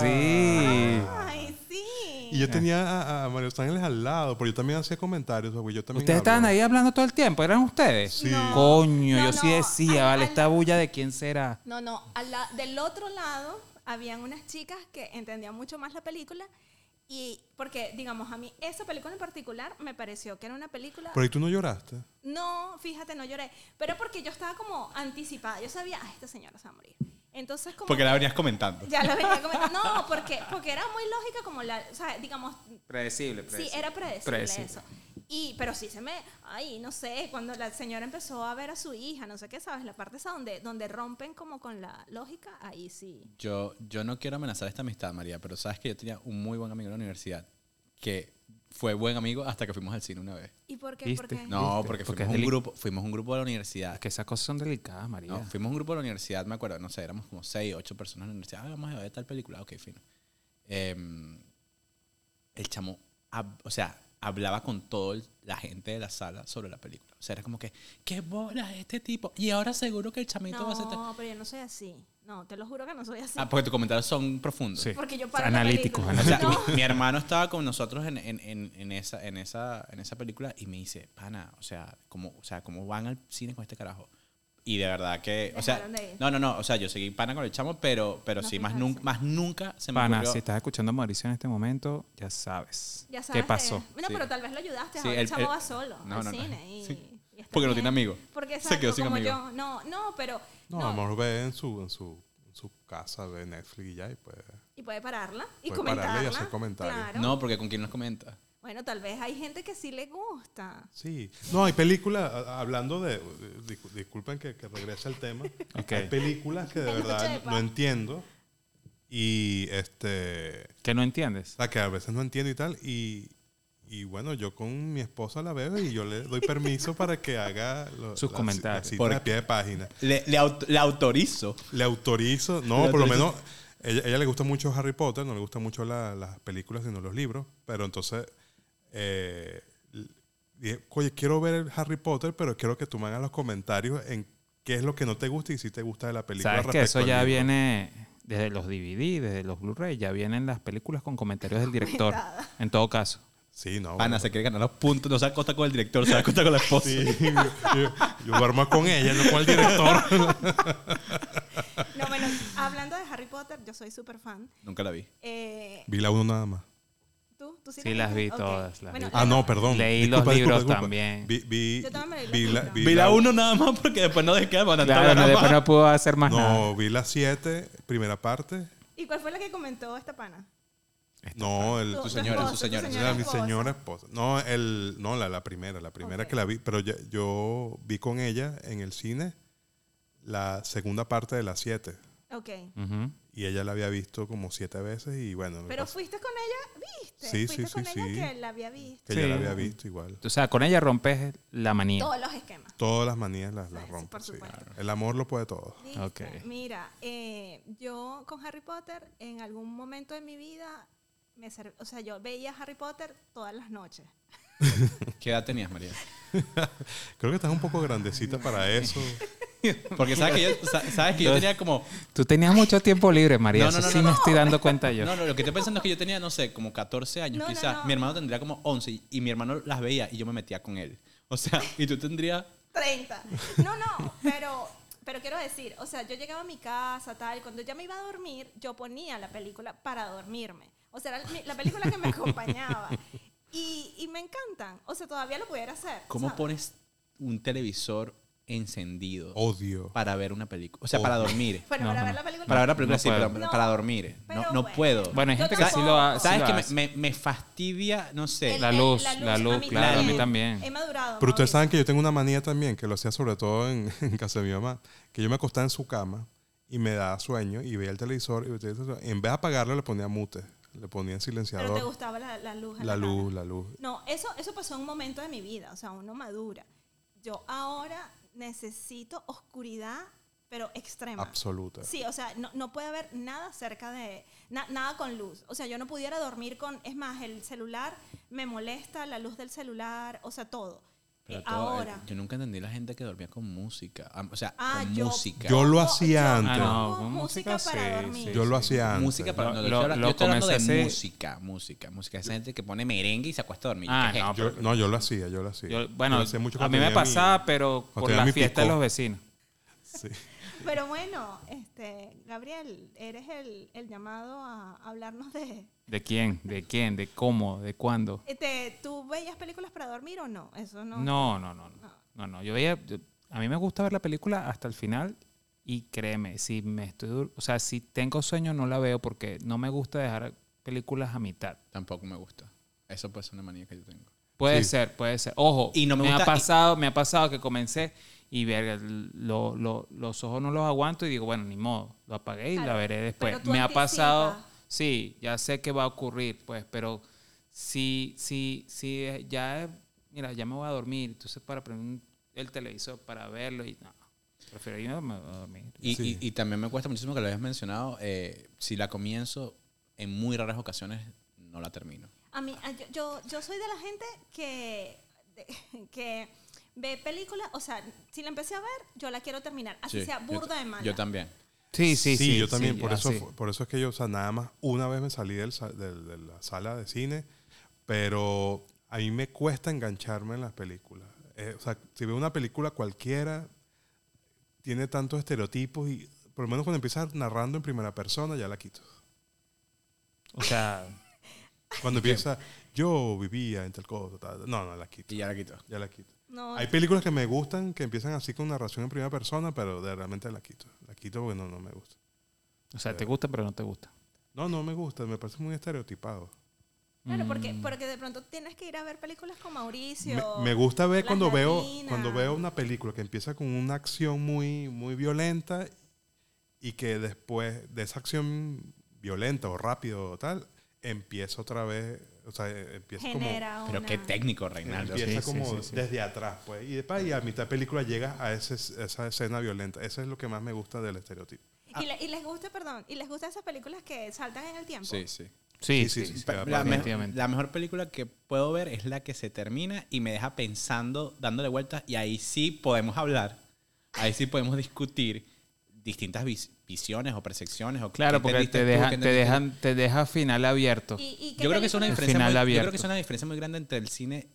A: ¿Verdad?
B: Sí.
C: Ay, sí.
A: Y yo tenía a, a Mario Sánchez al lado, pero yo también hacía comentarios, o sea, yo también hablo.
B: Ustedes estaban ahí hablando todo el tiempo, ¿eran ustedes?
A: Sí.
C: No.
B: Coño,
C: No,
B: yo sí
C: no,
B: decía,
C: al-
B: vale,
C: al-
B: esta bulla de quién será.
C: No, no, al la- del otro lado habían unas chicas que entendían mucho más la película y porque, digamos, a mí esa película en particular me pareció que era una película...
A: Pero ahí tú no lloraste.
C: No, fíjate, no lloré. Pero porque yo estaba como anticipada. Yo sabía, ah, esta señora se va a morir. Entonces, como.
D: Porque la venías comentando.
C: Ya la venía comentando. No, porque, porque era muy lógica, como la. O sea, digamos,
B: Predecible,
C: sí, era predecible,
B: Predecible.
C: eso. Y, pero sí se me. Ay, no sé, cuando la señora empezó a ver a su hija, no sé qué, ¿sabes? La parte esa donde, donde rompen como con la lógica, ahí sí.
D: Yo, yo no quiero amenazar esta amistad, María, pero sabes que yo tenía un muy buen amigo en la universidad que fue buen amigo hasta que fuimos al cine una vez.
C: ¿Y por qué?
B: ¿Viste?
C: Porque,
D: No,
B: ¿Viste?
D: porque,
B: Porque es
D: fuimos, un
B: deli-
D: grupo, fuimos un grupo de la universidad.
B: Es que esas cosas son delicadas, María.
D: No, fuimos un grupo de la universidad, me acuerdo, no sé, éramos como seis, ocho personas en la universidad. Ah, vamos a ver tal película, ok, fino. Em, el chamo, hab- o sea, hablaba con toda la gente de la sala sobre la película. O sea, era como que, qué bola este tipo. Y ahora seguro que el chamito va a ser... tal-".
C: No, pero yo no soy así. No, te lo juro que no soy así.
D: Ah, porque tus comentarios son profundos.
B: Sí.
C: Porque yo paro la
B: analíticos,
C: película.
D: O sea,
B: analíticos.
D: mi, mi hermano estaba con nosotros en, en- en- en esa, en, esa, en esa película y me dice, pana, o sea, ¿cómo, o sea, ¿cómo van al cine con este carajo? Y de verdad que, o sea,
C: Dejaron de ir.
D: no, no, no, o sea, yo seguí pana con el chamo, pero, pero
C: No
D: sí, más,
C: fijarse.
D: nunca más nunca se me
B: Pana,
D: ocurrió-
B: si estás escuchando a Mauricio en este momento, ya sabes.
C: Ya sabes
B: ¿Qué pasó?
C: que- bueno,
D: Sí.
C: pero tal vez lo ayudaste.
D: Sí,
C: ahora el,
D: el-
C: chamo
D: el-
C: va solo
D: No,
C: al
D: no, no.
C: cine. Y,
D: Sí.
C: y está
D: Porque no tiene
C: bien.
D: amigo.
C: Porque
D: Se quedó
C: exacto,
D: sin
C: como
D: amigo.
C: yo. No, no, pero.
A: No,
C: no,
A: a lo mejor ve en su, en su, en su casa, ve Netflix y ya, y pues.
C: Y puede pararla y
A: Puede pararla y
C: comentarla.
A: hacer comentarios.
C: Claro.
D: No, porque con quién nos comenta.
C: Bueno, tal vez hay gente que sí le gusta.
A: Sí. No, hay películas, a- a- hablando de. discu- disculpen que, que regrese al tema.
B: Ok.
A: Hay películas que de
C: Que no
A: verdad
C: sepa.
A: no entiendo. Y este.
B: ¿Que no entiendes?
A: O sea, que a veces no entiendo y tal. Y, y bueno, yo con mi esposa la veo y yo le doy permiso para que haga lo-
B: Sus
A: la-
B: comentarios.
A: La cita
D: Por-
A: de pie de página.
D: Le, le, aut- le autorizo.
A: Le autorizo. No,
D: Le
A: por lo
D: autorizo.
A: menos. Ella, ella le gusta mucho Harry Potter, no le gustan mucho la- las películas, sino los libros. Pero entonces. eh, l- dije, oye, quiero ver el Harry Potter, pero quiero que tú me hagas los comentarios en qué es lo que no te gusta y si te gusta de la película.
B: Sabes que
A: respecto
B: eso
A: al
B: ya
A: libro.
B: viene desde los DVD, desde los Blu-ray, ya vienen las películas con comentarios del director. En todo caso.
A: Sí, no.
D: Pana,
A: bueno.
D: se quiere ganar los puntos. No se acosta con el director, se acosta con la esposa.
A: Sí, yo, yo duermo con ella, no con el director.
C: No, bueno, hablando de Harry Potter, yo soy súper fan.
D: Nunca la vi.
C: Eh,
A: Vi la uno nada más.
C: ¿Tú? ¿Tú sí,
B: Sí, las vi todas, las vi.
A: Ah, no, perdón.
B: Leí
A: Disculpa, disculpa,
B: los libros
A: disculpa.
B: también.
A: Vi, vi,
C: Yo también me leí
A: vi
C: los
A: la,
C: libros.
A: vi
D: Vi la
A: la-
D: 1 nada más porque después no dejé de mandar
B: Claro, no,
D: nada
B: después
D: más.
B: no puedo hacer más nada.
A: No, vi la 7, primera parte.
C: ¿Y cuál fue la que comentó esta pana?
A: No, el,
C: Tu- tu
D: señora,
C: esposa,
D: su señora.
C: tu
A: era mi señora esposa. No, el, no la, la primera, la primera
C: Ok.
A: que la vi. Pero ya- yo vi con ella en el cine la segunda parte de la 7.
C: Ok.
B: Ujú.
A: Y ella la había visto como siete veces y bueno, me
C: Pero
A: pasó
C: fuiste con ella, viste.
A: Sí,
C: fuiste
A: sí,
C: con
A: sí,
C: ella
A: sí.
C: que la había visto.
A: que ella la
B: Sí.
A: había visto igual.
B: O sea, con ella rompes la manía.
C: Todos los esquemas.
A: Todas las manías las, las
C: Sí,
A: rompe.
C: por
A: sí.
C: supuesto.
A: El amor lo puede todo.
C: ¿Viste?
B: Ok.
C: Mira, eh, yo con Harry Potter en algún momento de mi vida, me serv- o sea, yo veía Harry Potter todas las noches.
D: ¿Qué edad tenías, María?
A: Creo que estás un poco grandecita para eso.
D: Porque sabes que yo, sa- sabes que yo tenía como.
B: Tú tenías mucho tiempo libre, María.
D: No, no,
B: eso
D: no,
B: sí
D: no,
B: me
D: no.
B: estoy dando cuenta yo.
D: No, no, lo que estoy pensando es que yo tenía, no sé, como 14 años
C: No, no,
D: quizás.
C: no.
D: Mi hermano tendría como 11 y- y mi hermano las veía y yo me metía con él. O sea, y tú tendrías.
C: 30. No, no, pero, pero quiero decir, o sea, yo llegaba a mi casa, tal, cuando ya me iba a dormir, yo ponía la película para dormirme. O sea, era mi- la película que me acompañaba. Y, y me encantan. O sea, todavía lo pudiera hacer.
D: ¿Cómo
C: ¿sabes?
D: pones un televisor encendido
A: Odio.
D: para ver una película? O sea,
A: Oh.
D: para dormir.
C: Bueno,
B: No,
C: para
B: no,
C: ver
B: no.
C: la película.
D: Para ver la película
B: No
D: sí,
B: puedo.
D: pero
C: No.
D: para dormir.
C: Pero
D: no, no
C: bueno.
D: puedo.
B: Bueno, hay
C: Yo
B: gente que sí lo
C: tampoco.
B: ha- sí
D: ¿Sabes
B: lo
D: que me,
B: hace.
D: me- me fastidia? No sé.
C: El-
B: La
C: el-
B: luz, la
C: a
B: luz,
C: mí
B: claro,
D: a mí
B: también.
C: He madurado.
A: Pero ustedes
C: Mauricio.
A: saben que yo tengo una manía también, que lo hacía sobre todo en, en casa de mi mamá, que yo me acostaba en su cama y me daba sueño y veía el televisor y, veía el televisor. Y en vez de apagarlo le ponía mute, le ponía en
C: Pero te
A: silenciador.
C: gustaba la, la luz. en
A: La
C: cara.
A: luz, la luz.
C: No, eso, eso pasó en un momento de mi vida, o sea, uno madura. Yo ahora necesito oscuridad, pero extrema.
A: Absoluta.
C: Sí, o sea, no, no puede haber nada cerca de, na- nada con luz. O sea, yo no pudiera dormir con, es más, el celular me molesta, la luz del celular, o sea, todo.
D: Pero
C: Eh,
D: todo-
C: ahora.
D: Yo nunca entendí la gente que dormía con música. Ah, O sea,
C: Ah,
D: con
C: yo-
D: música.
A: Yo lo
C: No,
A: hacía
C: yo
A: antes.
B: Ah, no,
C: pongo
B: con
C: música,
B: música
C: para
B: sí,
C: dormir.
B: sí.
A: Yo lo hacía antes.
D: Música, pero
B: Lo-
D: no,
B: lo-
D: yo, estoy hablando-
B: lo
D: yo estoy hablando de
B: comencé hace-
D: música, música, música. Esa gente que pone merengue y se acuesta a dormir.
B: Ah,
D: ¿Qué es
B: no,
D: esto?
A: Yo- no, yo lo hacía, yo lo hacía.
B: Yo-
A: Yo
B: bueno,
A: lo hacía mucho
B: a
A: cuando
B: mí me
A: tenía mi-
B: pasaba, pero
A: cuando
B: por
A: tenía
B: la
A: mi
B: fiesta de
A: picó.
B: los vecinos.
A: Sí.
C: Pero bueno, este, Gabriel, eres el, el llamado a hablarnos de...
B: ¿De quién? ¿De quién? ¿De cómo? ¿De cuándo?
C: Este, ¿Tú veías películas para dormir o no? Eso no.
B: No, no, no, no. No, no. Yo veía, yo- a mí me gusta ver la película hasta el final y créeme, si me estoy, dur- o sea, si tengo sueño no la veo porque no me gusta dejar películas a mitad.
D: Tampoco me gusta. Eso puede ser una manía que yo tengo.
B: Puede
A: Sí.
B: ser, puede ser. Ojo,
D: Y no me
B: me, ha
D: gusta- y-
B: pasado, me ha pasado que comencé y verga, lo- lo- los ojos no los aguanto y digo, bueno, ni modo, lo apagué y la
C: Claro,
B: veré después.
C: pero tú
B: Me ha pasado,
C: anticipas.
B: sí, ya sé que va a ocurrir, pues, pero si, si, si eh, ya, eh, mira, ya me voy a dormir, entonces para prender el televisor, para verlo y no, prefiero irme a dormir.
D: Y,
A: Sí.
D: y- y también me cuesta muchísimo que lo hayas mencionado. eh, si la comienzo, en muy raras ocasiones no la termino.
C: A mí, a- yo, yo, yo soy de la gente que, de- que ve películas, o sea, si la empecé a ver, yo la quiero terminar, así
D: Sí,
C: sea
D: yo-
C: burda de mala.
D: Yo también.
B: Sí, sí, sí.
A: yo también.
B: sí,
A: por, eso,
B: así.
A: fu- por eso es que yo, o sea, nada más una vez me salí del sa- del- de la sala de cine, pero a mí me cuesta engancharme en las películas. Eh, o sea, si veo una película cualquiera, tiene tantos estereotipos y por lo menos cuando empiezas narrando en primera persona ya la quito.
B: O sea,
A: Cuando empieza, yo vivía en tal cosa, tal, tal. no, no, la quito,
D: Y ya la quitó.
A: ya la quito.
C: No,
A: Hay películas que me gustan que empiezan así con narración en primera persona, pero de, realmente la quito. La quito porque no, no me gusta.
B: o sea, te gusta, pero no te gusta.
A: No, no me gusta, me parece muy estereotipado.
C: claro, porque,
B: Mm.
C: porque de pronto tienes que ir a ver películas con
A: Me,
C: Mauricio.
A: me gusta ver
C: Las
A: cuando veo,
C: latinas.
A: cuando veo una película que empieza con una acción muy, muy violenta y que después de esa acción violenta o rápido o tal, empieza otra vez, o sea, eh, empieza
C: Genera
D: Pero
C: una-
D: qué técnico,
A: como...
D: Reinaldo.
A: empieza
B: sí,
A: como
B: sí, sí.
A: desde atrás, pues. Y después, y a mitad de película llegas a ese, esa escena violenta. Eso es lo que más me gusta del estereotipo.
D: ah.
C: Y, le- y les gusta, perdón, y les gusta esas películas que saltan en el tiempo.
D: Sí, sí.
A: Sí, sí,
B: Sí, sí,
A: sí,
B: sí.
A: se va
D: La, me-
B: Definitivamente.
D: la mejor película que puedo ver es la que se termina y me deja pensando, dándole vueltas, y ahí sí podemos hablar, ahí sí podemos discutir distintas vis- visiones o percepciones. O
B: Claro,
D: qué
B: porque
D: entendiste
B: te
D: tú,
B: dejan,
D: qué
B: te
D: entendiste tú.
B: dejan, te deja final abierto.
C: Y- y qué
D: Yo creo, que es una
C: películas-
D: diferencia
B: Final
D: muy, yo creo
B: abierto.
D: que es una diferencia muy grande entre el cine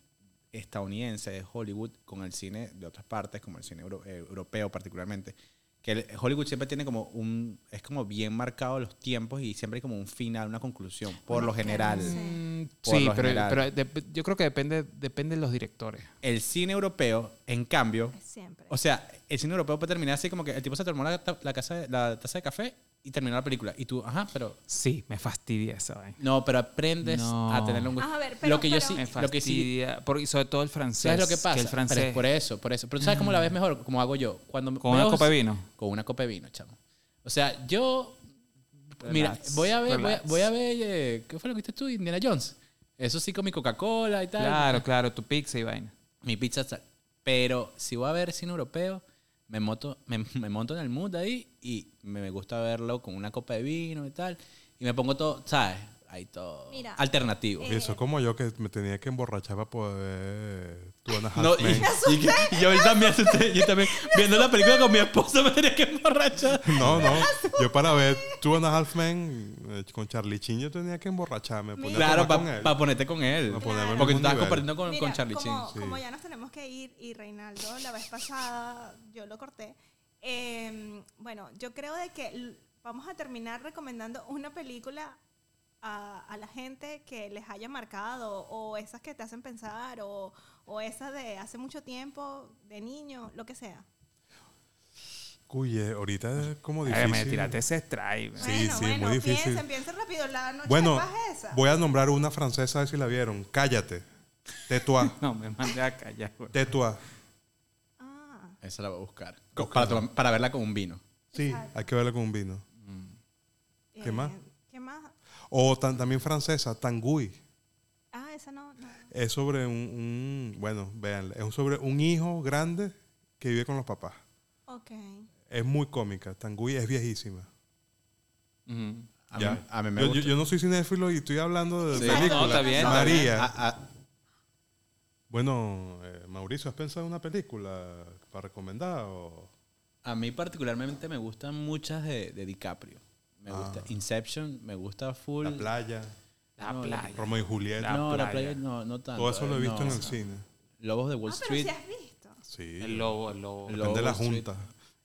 D: estadounidense de Hollywood con el cine de otras partes, como el cine euro- eh, europeo particularmente. Que el- Hollywood siempre tiene como un... Es como bien marcado los tiempos y siempre hay como un final, una conclusión, por
C: Bueno,
D: lo general.
C: claro, sí.
B: Mm,
D: Por
B: Sí,
D: lo
B: pero,
D: general.
B: pero dep- yo creo que depende, depende de los directores.
D: El cine europeo, en cambio,
C: Siempre.
D: o sea, el cine europeo puede terminar así como que el tipo se tomó la, ta- la casa de- la taza de café y terminó la película. Y tú, ajá, pero...
B: Sí, me fastidia esa vaina.
D: No, pero aprendes
B: No.
D: a tener un...
C: Ah, a ver, pero-
D: lo que yo
C: pero-
D: sí,
B: Me
D: lo que sí
B: fastidia. por- y sobre todo el francés.
D: ¿Sabes lo que pasa?
B: Que el francés.
D: Pero es por eso, por eso. Pero ¿tú ¿sabes cómo la ves mejor? Como hago yo. Cuando me-
B: Con una
D: veo-
B: copa de vino.
D: Con una copa de vino, chamo. O sea, yo...
B: Relax,
D: mira, voy a ver, voy a,
B: relax.
D: voy a ver... eh, ¿Qué fue lo que viste tú? Indiana Jones. Eso sí con mi Coca-Cola y tal.
B: Claro, claro, tu pizza y vaina.
D: Mi pizza tal. Pero si voy a ver cine europeo, me, moto, me, me monto en el mood ahí y me, me gusta verlo con una copa de vino y tal. Y me pongo todo, ¿sabes? Ahí todo
C: Mira,
D: alternativo.
C: eh,
A: Eso es como yo que me tenía que emborrachar para poder... Tú
D: No, y, y que- y yo también, asusté, yo también viendo la película con mi esposo me tenía que emborrachar.
A: No, no. Yo para ver Two and a Half Men eh, con Charlie Chin yo tenía que emborracharme. ponía a
D: Claro,
A: tomar con
D: para
A: él.
D: ponerte con él.
A: No
C: ponerme en
D: Porque tú
A: ningún
D: estabas
A: nivel.
D: compartiendo con,
C: Mira,
D: con Charlie Chin.
C: como,
A: sí.
C: como ya nos tenemos que ir y Reinaldo la vez pasada yo lo corté. eh, bueno, yo creo de que l- vamos a terminar recomendando una película a, a la gente que les haya marcado o esas que te hacen pensar o, o esas de hace mucho tiempo, de niño, lo que sea.
A: Uy, eh, ahorita es como
B: Ay,
A: difícil.
B: me tiraste ese strike. man.
A: Sí, sí, muy difícil.
C: piensen, piensen rápido. La noche
A: Bueno,
C: de paz es esa.
A: voy a nombrar una francesa, a ver si la vieron. Cállate. Tetuá.
B: No, me mandé a callar. güey.
A: Tetuá.
C: Ah,
D: Esa la voy a buscar.
A: Ok.
D: Para, tom- para verla con un vino.
A: Sí,
C: Exacto.
A: hay que verla con un vino. ¿Qué
C: eh,
A: más?
C: ¿Qué más?
A: O tan- también francesa, Tanguy.
C: Ah, esa no. no.
A: Es sobre un, un- Bueno, véanla. Es un- sobre un hijo grande que vive con los papás.
C: Ok.
A: Es muy cómica. Tanguy es viejísima.
B: Ujú.
D: A,
A: Ya.
D: mí, a mí me
A: yo, yo-
D: gusta.
A: yo no soy cinéfilo y estoy hablando de
D: Sí. Ah,
A: películas.
B: No, está bien, está
A: María.
D: A- a-
A: Bueno, eh, Mauricio, ¿has pensado en una película para recomendar? o-
D: a mí particularmente me gustan muchas de, de DiCaprio. Me
A: Ah.
D: gusta Inception, me gusta Full.
A: La playa,
B: La
D: No,
B: playa.
A: Romeo y Julieta.
B: La
D: no, la
B: playa.
D: playa no, no tanto.
A: Todo eso lo he
D: eh,
A: visto
D: no.
A: en el cine.
D: Lobos de Wall
C: Ah, pero si
D: Street.
C: has visto.
A: Sí.
B: El lobo, el lobo.
D: El
A: depende de la
D: Wall Street.
A: junta.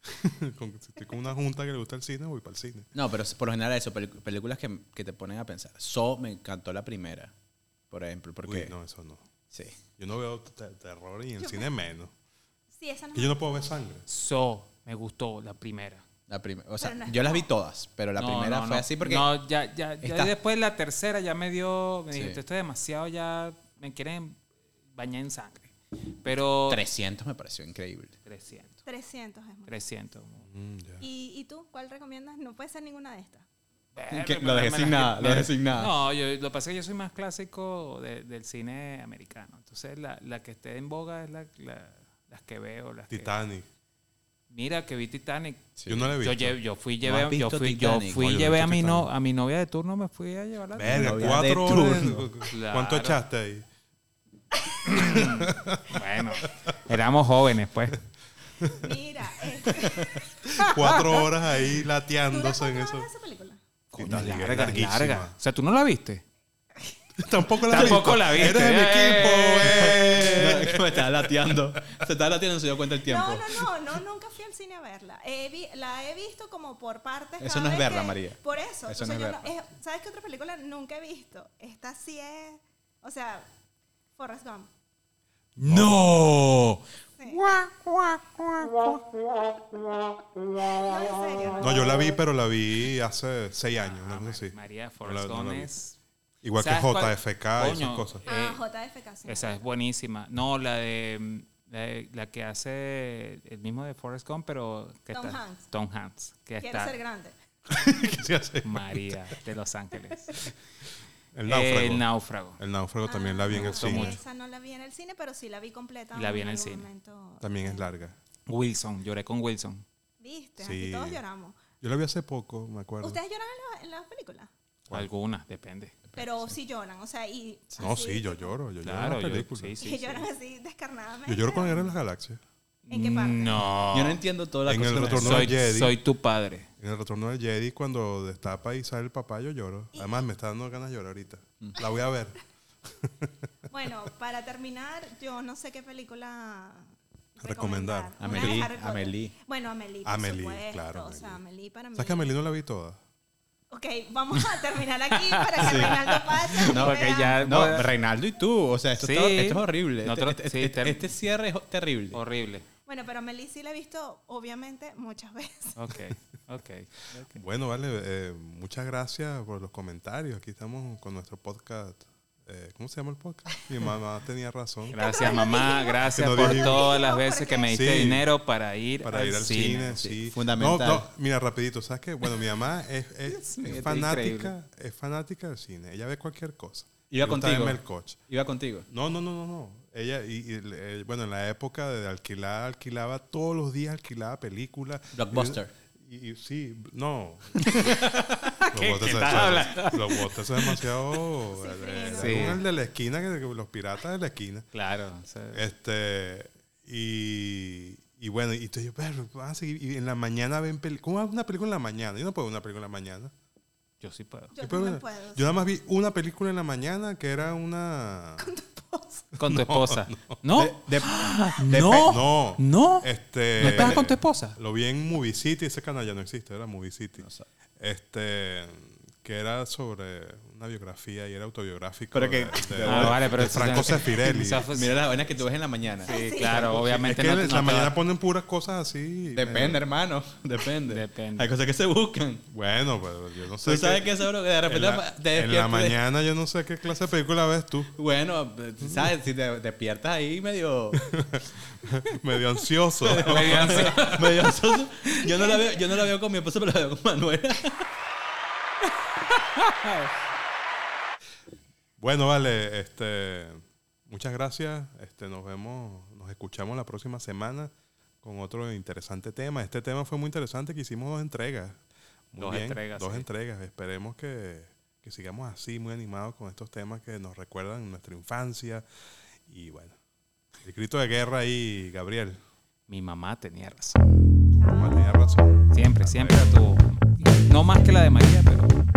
A: Con- si estoy con una junta que le gusta el cine, voy para el cine.
D: No, pero por lo general eso, pelic- películas que, que te ponen a pensar. So me encantó la primera, por ejemplo, porque
A: Uy, no, eso no.
D: sí.
A: Yo no veo te- terror y en
C: Yo
A: cine menos.
C: Sí, esa no.
A: Que yo no puedo ver sangre.
B: So, me gustó la primera.
D: La primera, o sea,
C: Pero no es
D: yo las vi
C: como-
D: todas, pero la
B: No,
D: primera
B: no,
D: fue
B: no.
D: así porque
B: No, ya, ya, ya
D: Está-
B: después la tercera ya me dio. Me
D: Sí.
B: dijiste, esto es demasiado, ya me quieren bañar en sangre. Pero.
D: 300 me pareció increíble.
B: 300.
C: 300 es muy.
B: 300.
A: Mm, ya.
C: ¿Y, y tú cuál recomiendas? No puede ser ninguna de estas.
D: Que-
B: Eh, me-
D: lo
B: me-
D: dejé
B: me
D: sin
B: la-
D: nada,
B: me-
D: lo dejé sin nada.
B: No, yo, lo que pasa es que yo soy más clásico de- del cine americano. Entonces, la, la que esté en boga es la, la- las que veo. Las que-
A: Titanic.
B: mira, que vi Titanic.
A: Yo no la he
B: Yo,
A: visto.
B: lle- yo fui,
D: has
B: llevé, yo
D: visto
B: fui, yo
D: Titanic?
B: fui,
A: No, yo no he
B: llevé
A: visto
B: a mi, no,
A: Titanic.
B: a mi novia de turno, me fui a llevarla.
A: Verga,
D: Novia de
A: cuatro horas.
D: turno.
A: ¿Cuánto
B: Claro.
A: echaste ahí?
B: Bueno, éramos jóvenes, pues.
C: Mira, este,
A: Cuatro horas ahí
C: ¿tú la
A: lateándose en
C: cuatro
A: eso.
C: horas esa película?
A: Coño,
B: Coño,
A: larga,
B: larga,
A: larguísima.
B: larga. O sea, ¿tú no la viste?
A: Tampoco la
B: Tampoco
A: visto.
B: la viste.
A: Eres de mi
B: Eh.
A: equipo, eh.
D: Me estaba lateando. Se estaba lateando y se dio cuenta el tiempo.
C: No, no, no, no, nunca fui al cine a verla. He vi- la he visto como por partes.
D: Eso
C: cada
D: no es
C: vez
D: verla,
C: que-
D: María.
C: Por eso.
D: Eso
C: entonces
D: no es
C: yo
D: verla.
C: es- ¿Sabes qué otra película nunca he visto? Esta sí es. O sea, Forrest Gump.
A: No.
C: Sí. No, en serio.
A: No, yo la vi, pero la vi hace seis años, una cosa así.
B: María
A: No
B: Forrest
A: la- no la
B: Gump
A: vi.
B: es...
A: Igual que
B: Ah, ¿Sabes cuál?
A: JFK y esas
B: Coño,
A: cosas.
B: eh,
C: Ah, JFK. sí.
B: Esa es buenísima. No, la de la, de- la que hace el mismo de Forrest Gump, pero que
C: Tom
B: está
C: Hanks.
B: Tom Hanks, que
C: Quiero
B: está
C: ser grande.
A: ¿Qué se hace?
B: María de Los Ángeles.
A: El náufrago.
B: El náufrago.
A: El náufrago también la vi en el
C: Ah,
B: Eh, gustó
A: cine.
B: mucho.
C: Esa no la vi en el cine, pero sí la vi completa.
B: La vi en el
C: algún
B: cine.
C: momento.
A: También es larga.
B: Wilson, lloré con Wilson.
C: Viste,
A: Sí.
C: aquí todos lloramos.
A: Yo la vi hace poco, me acuerdo.
C: ¿Ustedes lloran en la- en las películas?
A: ¿Cuál?
B: Algunas, depende.
C: Pero sí lloran, o sea, y.
A: No,
C: así,
A: sí, yo lloro. Yo lloro
B: Claro,
A: en las
B: yo,
A: películas.
B: sí,
A: Yo,
B: sí, sí.
C: y lloran así descarnadamente.
A: lloro con Guerra de las Galaxias.
C: ¿En qué parte?
B: No.
D: Yo no entiendo toda la
A: En
D: cosa.
A: el
D: que me
A: retorno
D: hace.
A: de-
B: soy,
A: Jedi.
B: soy tu padre.
A: En el retorno del Jedi, cuando destapa y sale el papá, yo lloro. Además, me está dando ganas de llorar ahorita.
B: Mm.
A: La voy a ver.
C: Bueno, para terminar, yo no sé qué película
A: Recomendar.
C: recomendar. Una de
D: Amelie,
C: Harry Potter.
D: Amelie.
C: Bueno, Amelie, por
A: Amelie,
C: supuesto.
A: claro,
C: O sea,
A: Amelie.
C: Amelie para mí.
A: ¿Sabes que Amelie no la vi toda?
C: Ok, vamos a terminar aquí para que Reinaldo pase.
D: No,
B: porque
C: Vea.
B: ya-
D: No,
C: pues,
D: Reinaldo y tú. O sea, esto,
B: Sí.
D: está- esto es horrible. Este-
B: Nosotros-
D: este,
B: sí,
D: este-
B: ter-
D: este cierre es terrible.
B: Horrible.
C: Bueno, pero Amelie sí la he visto, obviamente, muchas veces.
B: Ok, ok.
A: Bueno, vale. eh, muchas gracias por los comentarios. Aquí estamos con nuestro podcast. Eh, ¿Cómo se llama el podcast? Mi mamá tenía razón.
B: Gracias, mamá. Gracias
A: No
B: por
A: dijimos.
B: todas las
C: No,
B: veces que me diste
A: Sí.
B: dinero para ir,
A: Para
B: al,
A: ir al
B: cine.
A: cine,
D: sí,
A: sí.
D: fundamental.
A: No, no, mira, rapidito, ¿sabes qué? Bueno, mi mamá es, es- es
B: mío, está increíble.
A: fanática, es fanática del cine. Ella ve cualquier cosa.
D: Iba
A: Le gusta
D: contigo.
A: verme el coche.
D: Iba contigo.
A: No, no, no, no, no. Ella, y, y, eh, bueno, en la época de alquilar, alquilaba todos los días, alquilaba películas.
D: Blockbuster.
A: Y, y- sí, no.
B: ¿Qué-
A: Blockbuster
B: qué
A: es-
B: estás hablando?
A: Blockbuster es demasiado.
C: Cifrino.
A: eh,
B: Sí.
A: El de la esquina, que- que los piratas de la esquina.
B: Claro. o sea,
A: Este, y, y bueno, y entonces yo, pero van a seguir. Y en la mañana ven películas. ¿Cómo hago una película en la mañana? Yo no puedo ver una película en la mañana.
B: yo sí puedo.
C: Yo
A: Yo puedo
C: también
A: ver-
C: puedo.
A: yo nada más vi una película en la mañana que era una.
B: Con tu esposa. ¿No? Ah,
D: De- de-
B: no.
A: No.
B: No.
A: Este,
B: ¿No estás con tu esposa?
A: Lo vi en Movie City, ese canal ya no existe, era Movie City.
D: sé.
A: Este, que era sobre una biografía y era autobiográfico.
D: Pero que-
A: de- de-
B: Ah, vale, pero
A: de
B: eso-
A: Franco Sefirelli.
B: Esa fue-
D: Mira las vainas que tú ves en la mañana.
B: Sí, claro,
A: Es
B: obviamente
A: que
B: no,
A: en
B: no
A: la
B: te
A: mañana
B: va-
A: ponen puras cosas así. eh,
D: Depende, hermano. Depende.
B: Depende.
D: Hay cosas que se buscan.
A: Bueno, pues yo no sé.
D: Tú sabes
A: qué-
D: que seguro que de repente
A: en la,
D: te
A: en la
D: despiertas de-
A: mañana yo no sé qué clase de película ves tú.
D: Bueno, sabes, si te despiertas ahí medio,
A: Medio ansioso.
B: Medio ansi-
D: medio ansioso. Yo no la veo, yo no la veo con mi esposo, pero la veo con Manuela.
A: bueno, vale, este muchas gracias. Este nos vemos, nos escuchamos la próxima semana con otro interesante tema. Este tema fue muy interesante que hicimos dos entregas. Muy
B: Dos
A: bien,
B: entregas,
A: Dos
B: sí.
A: entregas. Esperemos que, que sigamos así, muy animados con estos temas que nos recuerdan nuestra infancia. Y bueno, el grito de guerra ahí, Gabriel.
B: Mi mamá tenía razón.
A: Mamá tenía razón.
B: Siempre, siempre a tu. No más que la de María, pero.